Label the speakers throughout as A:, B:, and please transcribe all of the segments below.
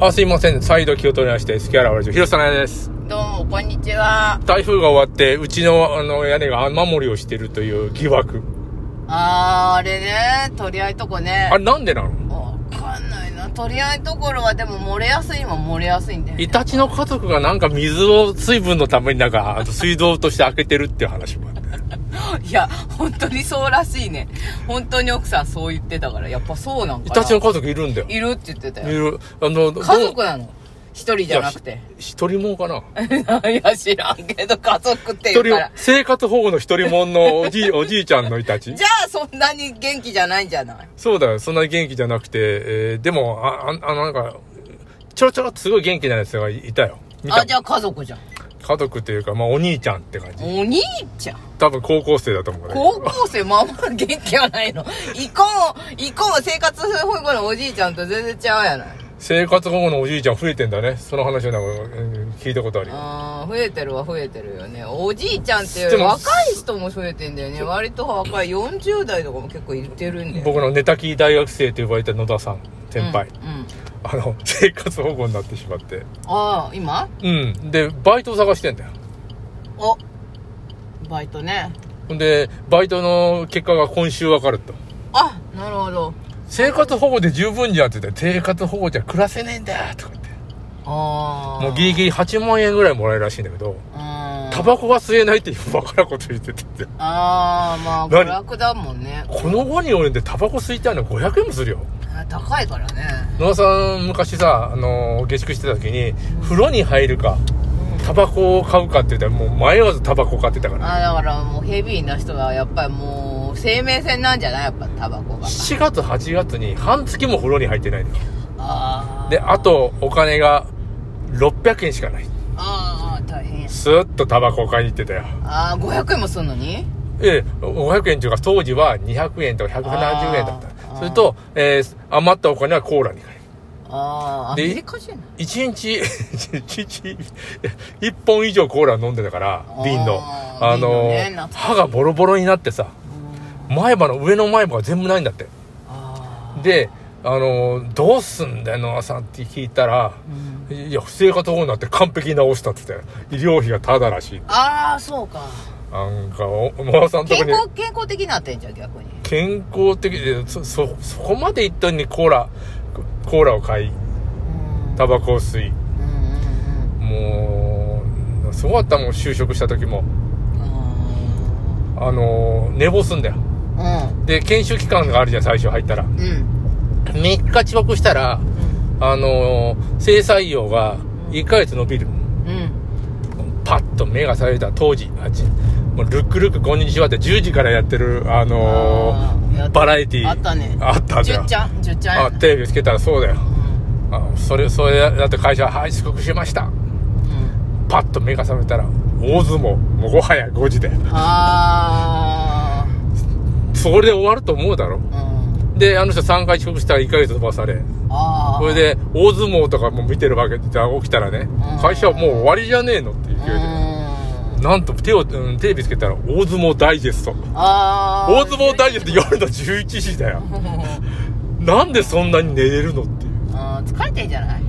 A: あ、すいません。再度気を取りまして、スキャラワジオ、広瀬さんです。
B: どうも、こんにちは。
A: 台風が終わって、うちの、あの、屋根が雨漏りをしてるという疑惑。
B: あー、あれね、取り合いとこね
A: あ。れ、なんでなの
B: わかんないな。取り合いところはでも漏れやすいもん漏れやすいんだよ、
A: イ
B: ね。
A: タチの家族がなんか水を、水分のためになんか、あと水道として開けてるっていう話もあって。
B: いや、本当にそうらしいね。本当に奥さんそう言ってたから、やっぱそうなんか
A: イ
B: な。
A: タチの家族いるんだよ。い
B: いるって言ってたよ。
A: る。あの、どう
B: 家族なの一人じゃなく
A: い
B: て
A: や。ひ一人もんかな
B: いや、知らんけど家族って
A: 一
B: 言
A: 人
B: うから、。
A: 生活保護の一人もんのおじい、お じいちゃんのイタチ
B: じゃあそんなに元気じゃないんじゃない
A: そうだよ。そんなに元気じゃなくて、えーでも、あ、ああの、なんか、ちょろちょろっとすごい元気なやつがいいたよ。見た
B: あ、じゃあ家族じゃん。
A: 家族っていうか、まあ、お兄ちゃんって感じ。
B: お兄ちゃん。
A: 多分高校生だと思うね。
B: 高校生まあまあ元気はないの。行こう、行こう、生活保護のおじいちゃんと全然違うやない。
A: 生活保護のおじいちゃん増えてんだね。その話をなんか、うん聞いたことあるよ。
B: あー増えてるは増えてるよね。おじいちゃんっていうよ
A: で
B: り
A: も
B: 若い人も増えてんだよね。割と若い40代とかも結構いってるんだよ。
A: 僕の寝たきり大学生と呼ばれた野田さん、先輩。
B: うん。うん
A: あの、生活保護になってしまって。
B: ああ、今
A: うん。で、バイトを探してんだよ。
B: お、バイトね。
A: ほんで、バイトの結果が今週わかると。
B: あ、なるほど。
A: 生活保護で十分じゃんって言って、生活保護じゃ暮らせねえんだよとか言って。
B: ああ。
A: もうギリギリ8万円ぐらいもらえるらしいんだけど、
B: うん。
A: タバコは吸えないっていうバカなこと言ってて。
B: ああ、まあ、
A: 何
B: 娯楽だもんね。
A: この後に及んでタバコ吸いたいの500円もするよ。
B: あ高いからね。
A: 野田さん、昔さ、あのー下宿してた時に、風呂に入るか、タバコを買うかって言ったら、もう迷わずタバコ買ってたから。
B: あだからもうヘビーな人はやっぱりもう生命線なんじゃないやっぱタバコが
A: 7月、8月に半月も風呂に入ってないのよ
B: あー
A: で、あと、お金が600円しかない。
B: あーあー大変や
A: スーッとタバコを買いに行ってたよ。
B: ああ500円もすんのに
A: ええ、500円というか、当時は200円とか170円だっ
B: あ
A: た。
B: ー
A: それと、えー余ったお金はコーラに変える。
B: ああア
A: で
B: メリカ人な
A: 一日、 一日、一本以上コーラ飲んでたから、瓶の。
B: あー
A: あの、
B: 瓶のね
A: 歯がボロボロになってさ、前歯の、上の前歯が全部ないんだって。
B: あ
A: で、あの、どうすんだよ、野田さんって聞いたら、
B: ー、うん、
A: いや、不正活保護になって完璧に治したって言ってたよ。医療費がタダらしい。
B: あーそうか
A: なんか、お野田さんとこ
B: 健
A: に。
B: 康健康的になってんじゃん逆に
A: 健康的でそそそこまでいったのにコーラココーラを買い
B: うん
A: タバコを吸い
B: うん
A: もうすごかったもん就職した時も
B: うんうん
A: あのー寝坊すんだよ
B: うん
A: で研修期間があるじゃん最初入ったら
B: うんうん
A: 3日遅刻したらあのー正採用が1ヶ月伸びる
B: うん
A: パッと目が覚めた当時あちもうルックルックこんにちはって10時からやってるあの
B: あーや
A: ー
B: っ
A: バラエティー
B: あったね
A: あったんだ
B: じゅ
A: よ
B: っちゃんじゅっちゃんや
A: あ
B: な
A: テレビつけたらそうだよ
B: うん
A: あそれそれだって会社はい遅刻しました
B: うん
A: パッと目が覚めたら大相撲もうごはや5時で
B: あ
A: それで終わると思うだろ
B: あうん
A: であの人3回遅刻したら1ヶ月飛ばされ
B: ああ。
A: それで大相撲とかも見てるわけで起きたらね
B: ん
A: 会社はもう終わりじゃねえのって勢いう
B: ー
A: で
B: ん。
A: なんと手を、うん、テレビつけたら大相撲ダイジェスト
B: ああ。
A: 大相撲ダイジェスト夜の11時だ よなんでそんなに寝れるのっていう
B: あー疲れてんじゃない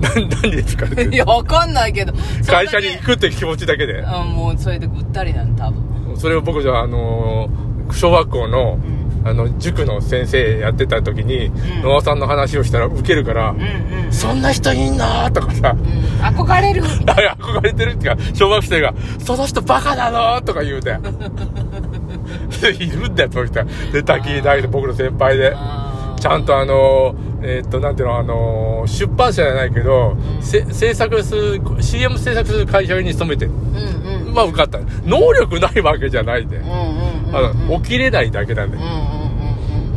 A: な何で疲れて
B: い
A: る
B: や、わかんないけど。
A: 会社に行くって気持ちだけで
B: あもう、それでぐったりなの、多分。
A: それを僕じゃあ、あのー小学校の、
B: ん
A: あの、塾の先生やってた時に、
B: ん
A: 野田さんの話をしたらウケるから、
B: うんうん。
A: そんな人いんなーとかさ、
B: うん、憧れる。
A: あれ憧れてるっていうか、小学生が、その人バカなのーとか言うて。 いるんだよ、そういう人は。で、滝井大で僕の先輩で。
B: あー
A: ちゃんとあのーえーっと、なんていうの、あのー出版社じゃないけど、せ制作する、CM 制作する会社に勤めてる。
B: うんうん。
A: まあ受かった。能力ないわけじゃないで。
B: うんうんうん。
A: あ
B: うんうん
A: の起きれないだけなんで、
B: うん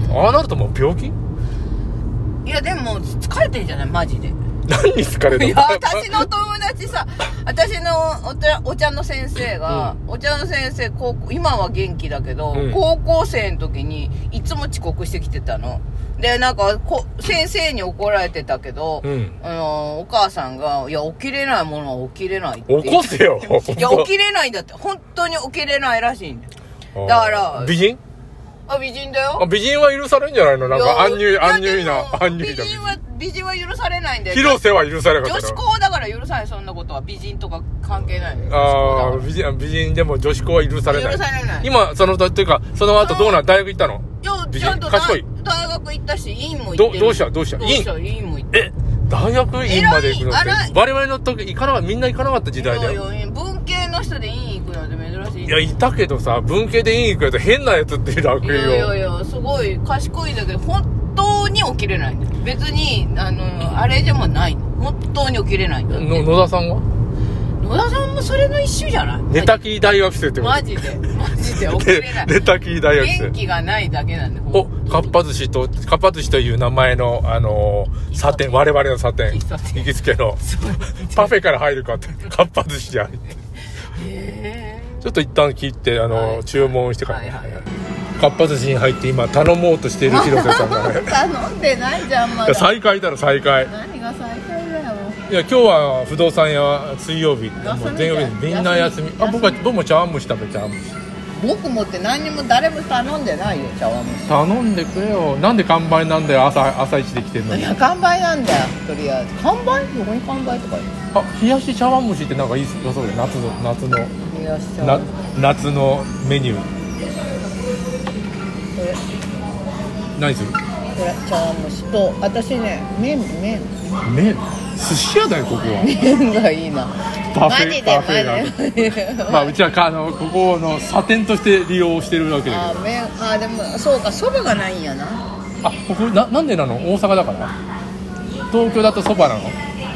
B: うん
A: ああなるともう病気
B: うん。いや、でも、疲れてんじゃないマジで。
A: 何に疲れた
B: いや、私の友達さ、私のお茶お茶の先生が、お茶の先生高校、今は元気だけど、
A: うん
B: 高校生の時にいつも遅刻してきてたの。で、なんか、こ先生に怒られてたけど、
A: うん
B: あのお母さんが、いや、起きれないものは起きれないって言っ
A: 起
B: て。
A: こせよ
B: いや、起きれないんだって。本当に起きれないらしいんだよ。だから
A: 美人
B: あ美人だ
A: あ
B: よ
A: 美人は許されるんじゃないのなん
B: いや
A: か、安入、安入な
B: いやでも、
A: 安入
B: 美
A: な。
B: 人は美人は許されないんだよ
A: 広瀬は許されなか
B: 女
A: った
B: 子
A: の。
B: 校だから許さないそんなことは美人とか関係ない
A: ああ
B: 女子校だか
A: 美人、美人でも女子校は許されない。
B: 許されない
A: 今、その、というか、その後どうなん大学行ったの
B: らい
A: 美
B: や
A: 人
B: ちゃんと
A: 賢
B: 大
A: い
B: 大学行ったし院も行
A: ど
B: ってる
A: どうしたどうした
B: どうした院も行って
A: え、大学院まで行くのって
B: 偉い偉い、
A: 我々の時行かなかった、みんな行かなかった時代だよ。
B: そう院文系の人で院行くなんて珍しい
A: いや、いたけどさ、文系で院行くやつ変なやつっていう楽
B: いやいやい
A: 園を。
B: やすごい賢いんだけど本当に起きれないんだよ別にあのあれでもないの本当に起きれないんだって
A: の野田さんは
B: 野田さんもそれの一種じゃない
A: 寝たきり大学生ってこと
B: マジでマジで起 き
A: で
B: れない
A: 寝たきり大学生
B: 元。気がないだけなんだよ
A: お、かっぱ寿司と、かっぱ寿司という名前の、あのー、
B: 茶
A: 査
B: 店
A: 定、我々の査定、
B: 喫茶店
A: 行きつけの、
B: そう
A: パフェから入るかって、かっぱ寿司じゃん。
B: へ
A: ちょっと一旦切って、あのー
B: はい
A: 注文して
B: え
A: から、
B: はい
A: ね
B: はいはい
A: かっぱ寿司に入って今、頼もうと している広瀬さんがね。
B: 頼んでないじゃんま
A: いや
B: だ
A: 再開だろ、再開。
B: 何が最下位だよ
A: いや、今日は不動産屋、水曜日、もう全曜日、みんな休み。あ、僕は、僕も茶碗蒸し食べ、茶碗蒸し。
B: 僕もって何にも誰も頼んでないよ茶碗蒸し
A: 頼んでくれよ。なんで完売なんだよ、朝、朝一で来てんの
B: い
A: に。
B: や完売なんだよとりあえず完売どこに完売とか言う
A: あ、冷やし茶碗蒸しってなんかいいっすよ、そうで、夏の、夏の。
B: いらっしゃ
A: ない夏のメニュー
B: これ
A: 何する
B: これ茶碗蒸しと私ね麺麺
A: 麺寿司屋だよここは
B: 麺がいいな
A: パ
B: マ
A: フェ
B: ジで
A: パ
B: マ
A: フェが
B: ジで
A: まあうちはかあのここの査点として利用してるわけだ
B: あ
A: けど
B: 麺あでもそうかそばがないんやな
A: あここななんでなの大阪だから東京だとそばなの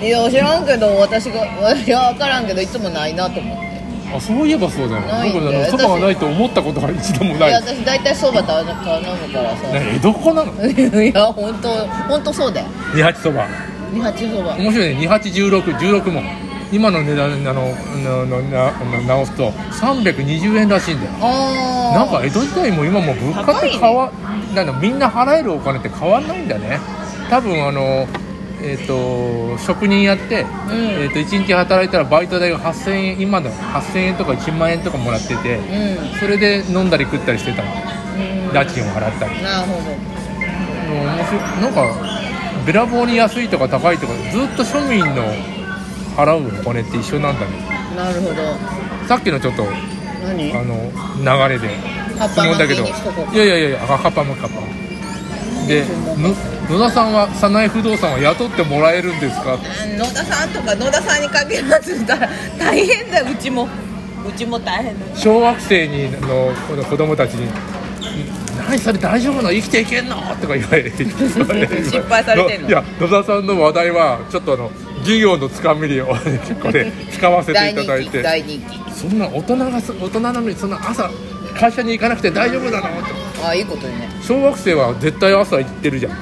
B: いや知らんけど私がいや分からんけどいつもないなと思って
A: あそういえばそうだよ
B: ないんだ
A: 僕
B: よ
A: あのそばがないと思ったことが一度もないい
B: や私大体そば頼むからさ
A: ね江戸っ子なの
B: いや本当本当そうだよ
A: 二八そば
B: 二八そば
A: 面白いね二八十六十六も今の値段あのののなの直すと320円らしいんだよ
B: あ
A: なんか江戸時代も今も物価って変わ、なんだみんな払えるお金って変わんないんだね多分あのえっ、と職人やって、えっと1日働いたらバイト代が8000円今だ8000円とか1万円とかもらってて
B: うんうん
A: それで飲んだり食ったりしてたの家賃を払ったりも
B: なるほど
A: う面白いなんかべらぼうに安いとか高いとかずっと庶民の払うお金って一緒なんだね
B: なるほど
A: さっきのちょっと
B: 何
A: あの流れで
B: カッ
A: 質
B: パ
A: 問
B: 巻
A: だ
B: き
A: けど
B: にしとこうか
A: いやいやいやあカッパもカッパでの野田さんは早苗不動産は雇ってもらえるんですか
B: あ野田さんとか野田さんに限らずだ から大変だようちもうちも大変だ
A: 小学生にのこの子供たちに「何それ大丈夫なの生きていけんの?」とか言われ て
B: 心配されてんの
A: いや野田さんの話題はちょっとあの授業のつかみに これ使わせて
B: 大
A: いただい
B: 人気
A: て
B: 大人気
A: そんな大人がす大人なのにそんな朝会社に行かなくて大丈夫なのって
B: あいいこと言うね
A: 小学生は絶対朝行ってるじゃん7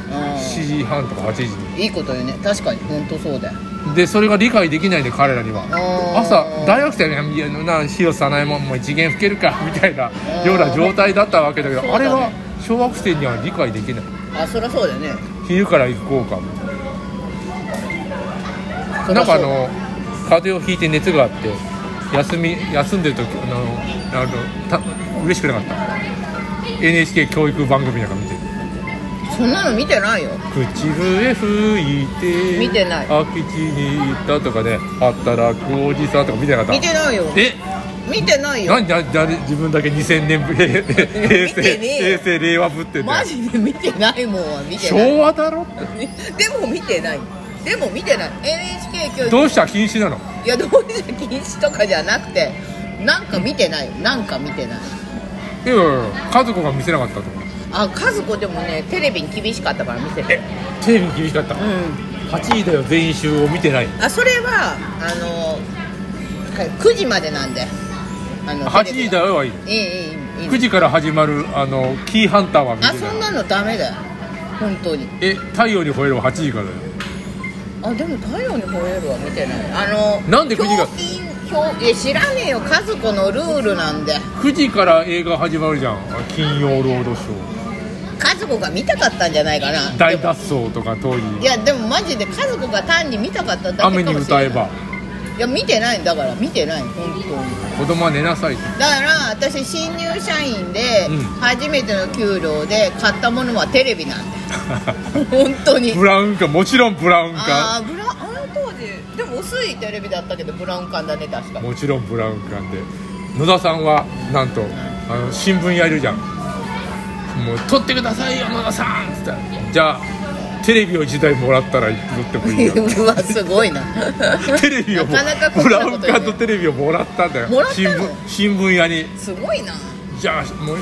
B: う
A: 時半とか8時に
B: んいいこと言うね確かに本当そうだよ
A: でそれが理解できないんで彼らには
B: あー
A: 朝大学生に「いやな塩さないもんもう一元吹けるか」みたいなような状態だったわけだけど
B: そう
A: あ
B: だね
A: れは小学生には理解できない
B: あそりゃそうだよね
A: 昼から行こうかみた
B: そ
A: いな
B: り
A: な
B: ゃ
A: んかあ
B: そうだ
A: の風邪をひいて熱があって休み休んでる時あのあのた嬉しくなかった NHK 教育番組なんか見てる
B: そんなの見てないよ
A: 口笛吹いて
B: 見てない
A: 空き地に行ったとかね働くおじさんとか見てなか
B: 見
A: った
B: てないよ
A: え
B: 見てないよ
A: 何だ誰自分だけ2000年 ぶり平成
B: 見てねえ
A: 平
B: よ
A: 成令和ぶってんだよ
B: マジで見てないもんは見てない
A: 昭和だろって
B: でも見てないでも見てない NHK 教育
A: どうした禁止なの
B: いやどうした禁止とかじゃなくてなんか見てないよなんか見てない
A: いやいやいや家族が見せなかったとか
B: あ和子でもねテレビに厳しかったから見てる
A: テレビ厳しかった
B: うん
A: 8位だよ全員集を見てない
B: あそれはあのはい9時までなんであの
A: 8位だ
B: よ
A: よはいい
B: いいいいいい
A: 9時から始まるあのキーハンターは見て
B: あ
A: ない
B: そんなのダメだよ本当に
A: え太陽に吠えるは8時からだよ
B: あでも「太陽に吠える」は見てないあの
A: なんで9時が
B: がいや知らねえよ和子のルールなんで
A: 9時から映画始まるじゃん金曜ロードショー
B: 和子が見たかったんじゃないかな
A: 大
B: でも
A: 脱走とか当時
B: いやでもマジで和子が単に見たかっただけかも
A: 雨
B: しれない
A: に歌えば
B: いや見てないだから見てない本当に
A: 子供は寝なさいと
B: だから私新入社員で
A: うん
B: 初めての給料で買ったものはテレビなんだよ本当に
A: ブラウン管もちろんブラウン
B: あ
A: 管
B: あブラあの当時でも薄いテレビだったけどブラウン管だね確か
A: もちろんブラウン管で野田さんはなんとあの新聞やるじゃんもう「取ってくださいよ野田さん」っつったら「じゃあテレビを一台もらったら取ってもい いよ」
B: うわすごいな
A: テレビをも
B: なかなかこん
A: ブ
B: な
A: ラ
B: こ
A: ウ
B: と
A: ン
B: 言う
A: 管とテレビをもらったんだよ
B: もらった
A: 新
B: の
A: 聞新聞屋に
B: すごいな
A: じゃあもう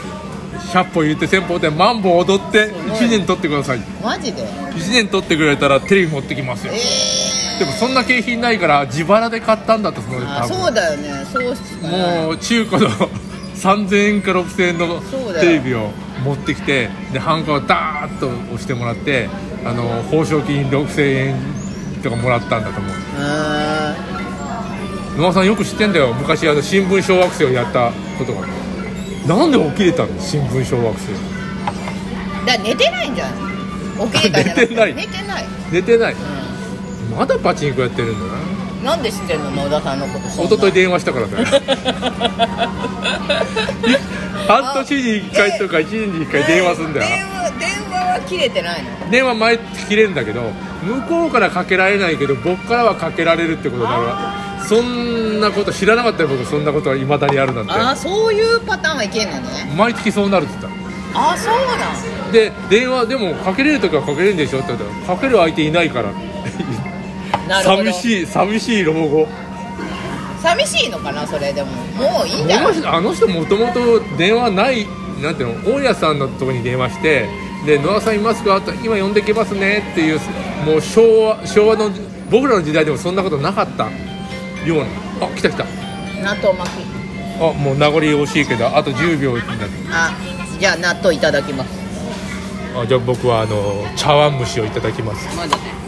A: 100歩言って1000歩で万歩踊って
B: すごい
A: 1年取ってください
B: マジで
A: 1年取ってくれたらテレビ持ってきますよ
B: ええ
A: でもそんな景品ないから自腹で買ったんだとその
B: あ
A: 多分
B: そうだよねそうしかない
A: もう中古の 3000円か6000円の
B: そうだよ
A: テレビを持ってきてでハンカをダーッと押してもらってあの報奨金6000円とかもらったんだと思う
B: あ
A: 野間さんよく知ってんだよ昔あの新聞小惑星をやったことがなんで起きれたの新聞小惑星
B: ーだから寝てないんじゃん起きれたんじゃく
A: 寝てない
B: 寝てない、
A: 寝てない
B: うん
A: まだパチンコやってるんだな
B: なんで知ってんの野田さんのことそん
A: 一
B: な
A: 昨日電話したからだ よ 半年に1回とか1年に1回電話すんだよ
B: 電話電話は切れてないの
A: 電話前切れるんだけど向こうからかけられないけど僕からはかけられるってことだからそんなこと知らなかったよ僕そんなことはいまだにあるなんて
B: ああそういうパターンはいけんのね
A: 毎月そうなるって言った
B: ああそうなん
A: で電話でもかけれる時はかけれるんでしょって言ったらかける相手いないから
B: なるほど
A: 寂しい寂しい老後
B: 寂しいのかなそれでももういいんじゃな
A: この
B: い
A: 人あの人もともと電話ないなんていうの大家さんのとこに電話して「で野田さんいますか?」と「今呼んできますね」っていうもう昭和昭和の僕らの時代でもそんなことなかったようなあ来た来た
B: 納豆巻き
A: あもう名残惜しいけどあと10秒になって
B: あじゃあ納豆いただきます
A: あじゃあ僕はあの茶碗蒸しをいただきます
B: マジで